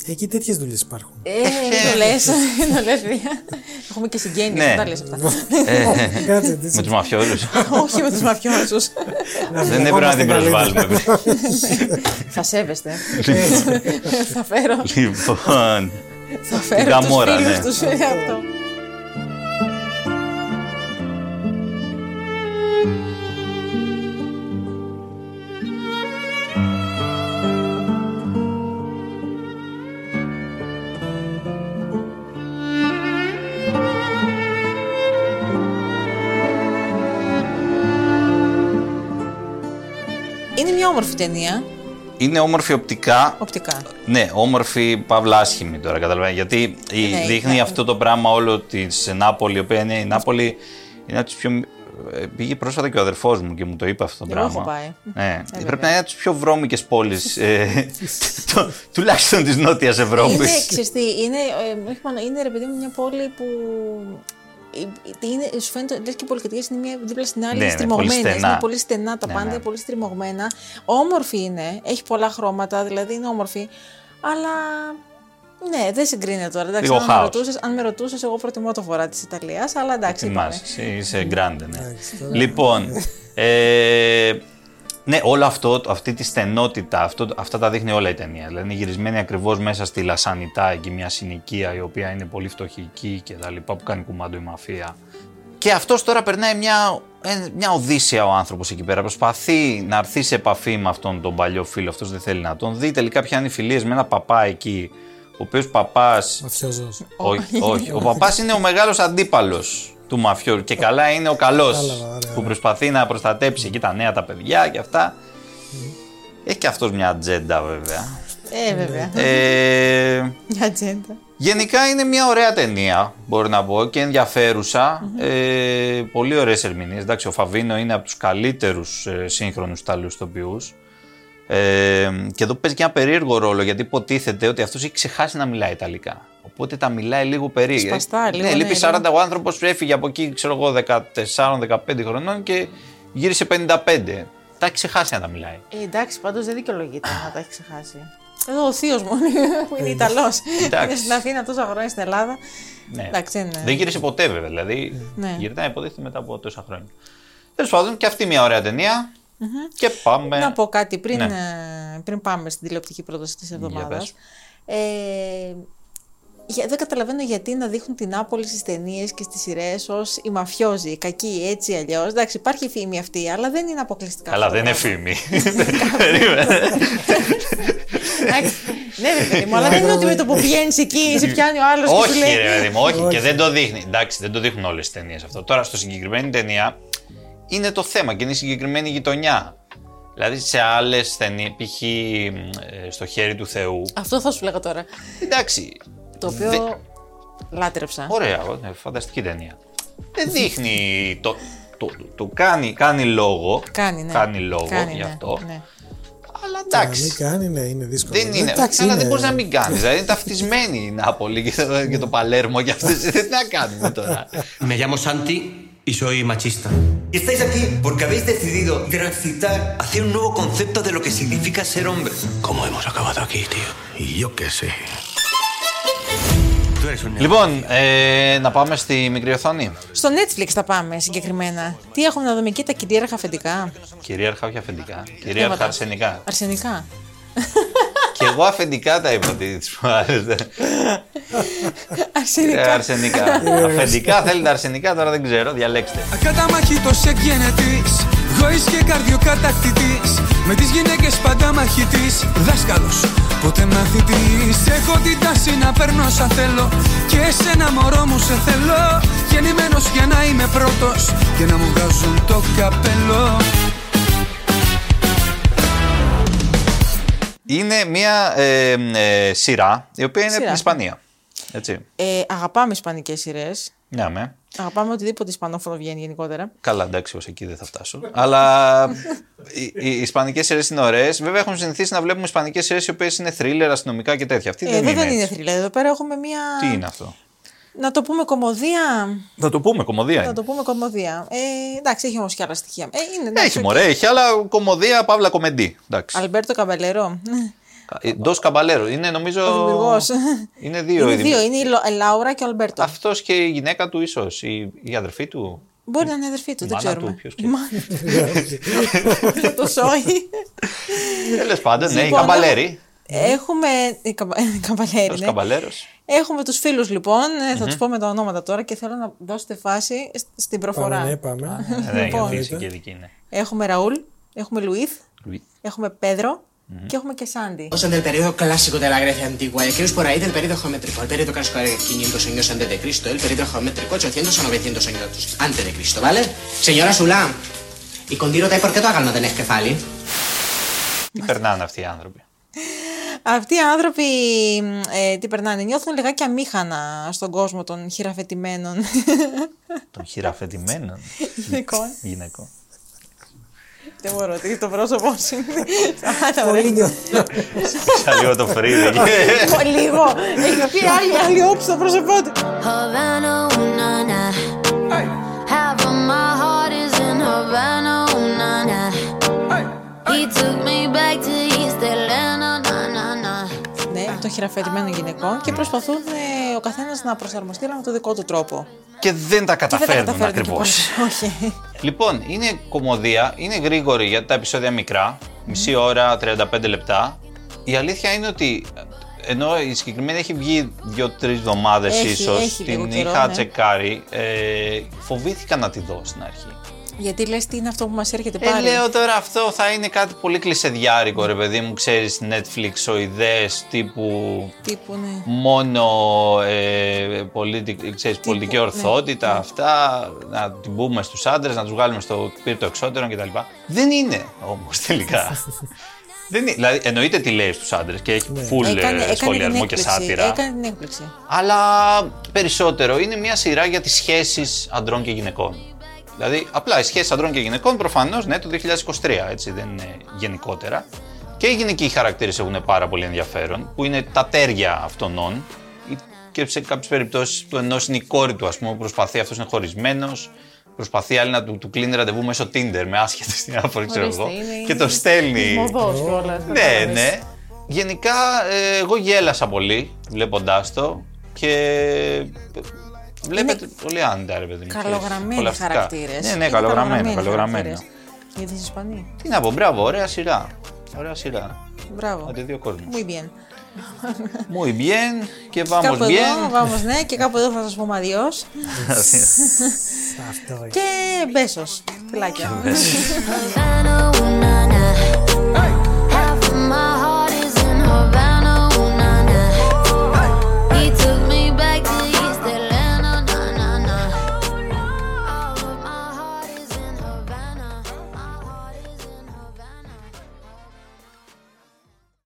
Εκεί τέτοιες δουλειές υπάρχουν. Ε, μην το λες, μην το λες, Βία. Έχουμε και συγγένειες, Ναι. δεν τα λες αυτά. Κάτσε, έτσι. Ε. Με τους μαφιόζους. Όχι με τους μαφιόζους. Δεν έπρεπε να Είμαστε την καλύτερα. προσβάλλουμε. Θα σέβεστε. Θα φέρω, λοιπόν. θα φέρω τους Γαμόρα, ναι. φίλους τους. ε, αυτό. Είναι μια όμορφη ταινία, Είναι όμορφη οπτικά. οπτικά. Ναι, όμορφη παύλα άσχημη τώρα, καταλαβαίνετε. Γιατί η- Ναι, δείχνει ναι. αυτό το πράγμα όλο της Νάπολη, η οποία είναι η Νάπολη. Είναι από τις πιο. ε, Πήγε πρόσφατα και ο αδερφός μου και μου το είπε αυτό το Εγώ πράγμα. έχω πάει. Ε, Ναι. βέβαια. Πρέπει να είναι από τις πιο βρώμικες πόλεις. τουλάχιστον της Νότιας Ευρώπης. Είναι, ξέρεις τι, είναι, ε, όχι μόνο, είναι ρε παιδί μου μια πόλη που ε, ε, είναι, σου φαίνεται, λες και οι πολυκατοικίες είναι μία δίπλα στην άλλη, Ναι, ναι, στριμωγμένες, πολύ στενά. είναι πολύ στενά τα Ναι, πάντα, ναι. πολύ στριμωγμένα, όμορφη είναι, έχει πολλά χρώματα, δηλαδή είναι όμορφη, αλλά ναι, δεν συγκρίνεται τώρα, εντάξει, Λίγο αν με, χάος. ρωτούσες, αν με ρωτούσες, εγώ προτιμώ το βορρά της Ιταλίας, αλλά εντάξει, Θυμάσαι, είπαμε. εσύ είσαι γκράντε, ναι. λοιπόν, ε, ναι, όλο αυτό, αυτή τη στενότητα, αυτό, αυτά τα δείχνει όλα η ταινία. Δηλαδή είναι γυρισμένη ακριβώς μέσα στη Λασανιτά, εκεί μια συνοικία η οποία είναι πολύ φτωχική και τα λοιπά που κάνει κουμάντο η μαφία. Και αυτός τώρα περνάει μια, ε, μια Οδύσσια ο άνθρωπος εκεί πέρα. Προσπαθεί να έρθει σε επαφή με αυτόν τον παλιό φίλο. Αυτός δεν θέλει να τον δει. Τελικά πιάνει φιλίες με ένα παπά εκεί, ο οποίος παπάς. Μαφιόζος. Όχι, όχι. Ο παπάς είναι ο μεγάλος αντίπαλος του μαφιόρου. Και καλά είναι ο καλός Κατάλαβα, ωραία, που προσπαθεί να προστατέψει εκεί τα νέα τα παιδιά και αυτά. Έχει και αυτός μια ατζέντα βέβαια. Ε, βέβαια, Ναι. Ε, μια ατζέντα. γενικά είναι μια ωραία ταινία, μπορώ να πω, και ενδιαφέρουσα. Ε, πολύ ωραίες ερμηνείες. Εντάξει, ο Φαβίνο είναι από τους καλύτερους ε, σύγχρονους Ιταλούς τοπιούς. Ε, και εδώ παίζει και ένα περίεργο ρόλο γιατί υποτίθεται ότι αυτός έχει ξεχάσει να μιλάει Ιταλικά. Οπότε τα μιλάει λίγο περίεργα. Σπαστά λίγο, Ναι, ναι, λείπει λίγο. 40. Ο άνθρωπος έφυγε από εκεί, ξέρω εγώ, 14-15 χρονών και γύρισε 55. Τα έχει ξεχάσει να τα μιλάει. Ε, εντάξει, πάντως δεν δικαιολογείται να τα έχει ξεχάσει. Εδώ ο θείος μου που Ε, είναι Ιταλός. Είναι στην Αθήνα τόσα χρόνια στην Ελλάδα. Ναι. Εντάξει, είναι. Δεν γύρισε ποτέ βέβαια. Δηλαδή Ναι. γυρνάει υποτίθεται μετά από τόσα χρόνια. Τέλος πάντων, και αυτή μια ωραία ταινία. Και πάμε. Να πω κάτι πριν, Ναι. ε, πριν πάμε στην τηλεοπτική πρόταση της εβδομάδας. πες. Ε, για- δεν καταλαβαίνω γιατί να δείχνουν την Νάπολη στις ταινίες και στις σειρές ως οι μαφιόζοι, οι κακοί έτσι αλλιώς. Εντάξει, υπάρχει η φήμη αυτή, αλλά δεν είναι αποκλειστικά. Καλά, αυτό το δεν είναι πράγμα. φήμη. Ναι, Περίμενε. Εντάξει, ναι, ρε παιδί μου, αλλά δεν είναι ότι με το που πηγαίνει εκεί σε πιάνει ο άλλος και σου όχι, λέει. ρε παιδί μου, όχι. και δεν το δείχνει. Εντάξει, δεν το δείχνουν όλες τις ταινίες αυτό. Τώρα, στο συγκεκριμένη ταινία είναι το θέμα και είναι η συγκεκριμένη γειτονιά. Δηλαδή, σε άλλες ταινίε, π.χ. ε, στο χέρι του Θεού. Αυτό θα σου λέγα τώρα. Εντάξει, Το οποίο Δε- λάτρεψα. Ωραία, ε, φανταστική ταινία. Δεν δείχνει. Το, το, το κάνει, κάνει λόγο. Κάνει, ναι. λόγο Κάνει, γι' ναι, αυτό. ναι. Αλλά Να μην εντάξει. κάνει, ναι, είναι δύσκολο. Δεν είναι. Εντάξει, αλλά δεν είναι- μπορείς να μην κάνεις. Δηλαδή είναι ταυτισμένη η Νάπολη και το, και το Παλέρμο και αυτές. Τι να κάνουμε τώρα. Me llamo Santi y soy machista. Estáis aquí porque habéis decidido transitar hacia un nuevo concepto de lo que significa ser hombre. ¿Cómo hemos acabado aquí, tío? Y yo qué sé. Tú eres Ναι. un λοιπόν, ε, να πάμε στη μικρή οθόνη. Στο Netflix θα πάμε συγκεκριμένα. Τι έχουμε να δούμε εκεί, τα κυρίαρχα αφεντικά. Ε, Κυρίαρχα, όχι αφεντικά. Κυρίαρχα, αρσενικά. Αρσενικά. και Εγώ αφεντικά τα είπα ότι της μου άρεσε. Ε, Αρσενικά. αρσενικά. αφεντικά θέλετε αρσενικά, τώρα δεν ξέρω, διαλέξτε. Ακαταμάχητος εκγενετής Γοής και καρδιοκατακτητής Με τις γυναίκες πάντα μαχητής Δάσκαλος, ποτέ μαθητής Έχω την τάση να παίρνω σαν θέλω Και εσένα μωρό μου σε θέλω Γεννημένος για να είμαι πρώτος Και να μου βγάζουν το καπέλο Είναι μια ε, ε, σειρά η οποία είναι από Σειρά. ναι. την Ισπανία. Έτσι. Ε, αγαπάμε ισπανικές σειρές. Ναι, με. Αγαπάμε οτιδήποτε ισπανόφωνο βγαίνει γενικότερα. Καλά, εντάξει, ως εκεί δεν θα φτάσω. Αλλά οι, οι Ισπανικές σειρές είναι ωραίες. Βέβαια, έχουν συνηθίσει να βλέπουμε Ισπανικές σειρές οι οποίες είναι thriller, αστυνομικά και τέτοια. Αυτή Ε, δεν, εδώ είναι, δεν είναι έτσι. θρυλα. Εδώ πέρα έχουμε μία. Τι είναι αυτό. Να το πούμε κομμωδία. Θα το πούμε, κομμωδία Να είναι. το πούμε κομμωδία. Ε, εντάξει, έχει όμως και άλλα στοιχεία. Ε, είναι, εντάξει, Έχει οκ. μωρέ, έχει, αλλά κομμωδία, παύλα κομεντή. Εντάξει. Αλμπέρτο Καμπελερό. Ντός Καμπαλέρο. Είναι νομίζω. Ο δημιουργός. Είναι δύο. είναι οι δύο. δημι- Είναι η Λο- η Λάουρα και ο Αλμπέρτο. Αυτός και η γυναίκα του, ίσως. Η, η αδερφή του. Μπορεί να είναι αδερφή του, δεν Μάνα ξέρουμε. του, ποιος ξέρει. Μάνα. το σόι. Τέλος πάντων, ναι, η Λοιπόν, Καμπαλέρη. Έχουμε. η καμπα- η Καμπαλέρη, Ντός ναι. Καμπαλέρος. Έχουμε τους φίλους λοιπόν. ε, Θα τους πω με τα ονόματα τώρα και θέλω να δώσετε φάση σ- στην προφορά. Πάμε, ναι, πάμε. Ναι, Λοιπόν. γιατί είσαι και δική είναι. Έχουμε Ραούλ, έχουμε Λουίθ, έχουμε Πέδρο και έχουμε και Σάντι. Son del periodo clásico de la Grecia antigua, el que es por ahí del periodo geométrico, el periodo clásico de 500 años antes de Cristo, el periodo geométrico 800 o 900 años antes de Cristo, ¿vale? Señora Sula, y con tiro de por qué tú hagas no tenés que salir. Τι περνάνε αυτοί οι άνθρωποι. Αυτοί οι άνθρωποι ε, τι περνάνε, νιώθουν λιγάκι αμήχανα στον κόσμο των χειραφετημένων Των χειραφετημένων γυναικών. γυναικών. Δεν μπορώ, τι το πρόσωπό σου. Σταμάτα, ωραία. Πολύ νιώθω. Σαν λίγο το φρύδι. Λίγο. Έχει πει άλλη, άλλη όψη στο πρόσωπό του. Havana, ooh, nah, nah. Half of my heart is in Havana, ooh, nah, nah. He took me back to East Atlanta, nah, nah, nah. Ναι, των χειραφετημένων γυναικών και προσπαθούν ε, ο καθένας να προσαρμοστεί αλλά με το δικό του τρόπο. Και δεν τα Και δεν τα καταφέρνουν καταφέρνουν ακριβώ. και πολύ. Όχι. Λοιπόν, είναι κομμωδία, είναι γρήγορη γιατί τα επεισόδια μικρά, μισή ώρα, 35 λεπτά. Η αλήθεια είναι ότι ενώ η συγκεκριμένη έχει βγει δύο-τρει εβδομάδες Έχει, ίσως, έχει λίγο την καιρό, είχα ναι. τσεκάρει, ε, φοβήθηκα να τη δω στην αρχή. Γιατί λες τι είναι αυτό που μας έρχεται Ε, πάλι. λέω τώρα αυτό θα είναι κάτι πολύ κλεισεδιάρικο ρε παιδί μου, ξέρεις Netflix ο ιδέες τύπου Τύπου, ναι. μόνο ε, πολιτικ- ξέρεις, πολιτική ναι. ορθότητα, αυτά, να την μπούμε στους άντρες, να τους βγάλουμε στο πύρτο εξώτερων κτλ. Δεν είναι όμως τελικά. Δεν είναι, δηλαδή, εννοείται τι λέει στους άντρες και έχει full Ναι. Έκανε, ε, έκανε την σχολιασμό και έκπληξη. σάτυρα. Έκανε την έκπληξη. Αλλά περισσότερο είναι μια σειρά για τις σχέσεις αντρών και γυναικών. Δηλαδή, απλά οι σχέσεις αντρών και γυναικών προφανώς, ναι, το 2023, έτσι δεν είναι γενικότερα. Και οι γυναικοί χαρακτήρες έχουν πάρα πολύ ενδιαφέρον, που είναι τα τέρια αυτών. ή- Και σε κάποιες περιπτώσεις του ενός είναι η κόρη του, ας πούμε, που προσπαθεί, αυτός είναι χωρισμένος, προσπαθεί άλλη να του, του κλείνει ραντεβού μέσω Tinder με άσχετη στην άφορη, ξέρω Ορίστε, εγώ. είναι- Και είναι το στέλνει. Μοδός κιόλας, Ναι, κατάλαβες. ναι. Γενικά, ε, εγώ γέλασα πολύ βλέποντάς το και. Βλέπετε πολύ άνετα, ρε παιδί μου. Καλογραμμένοι Απολαυστικά. χαρακτήρες. Ναι, ναι, καλογραμμένο. καλογραμμένο. Γιατί είσαι Ισπανή. Τι να πω, μπράβο, ωραία σειρά. Ωραία σειρά. Μπράβο. Να τη δει ο κόσμο. Muy bien. Muy bien και vamos Κάπου εδώ, bien. vamos, ναι, και κάπου εδώ θα σας πούμε αδειό. Αυτό. Και μπέσος. Φιλάκια. Havana, ooh,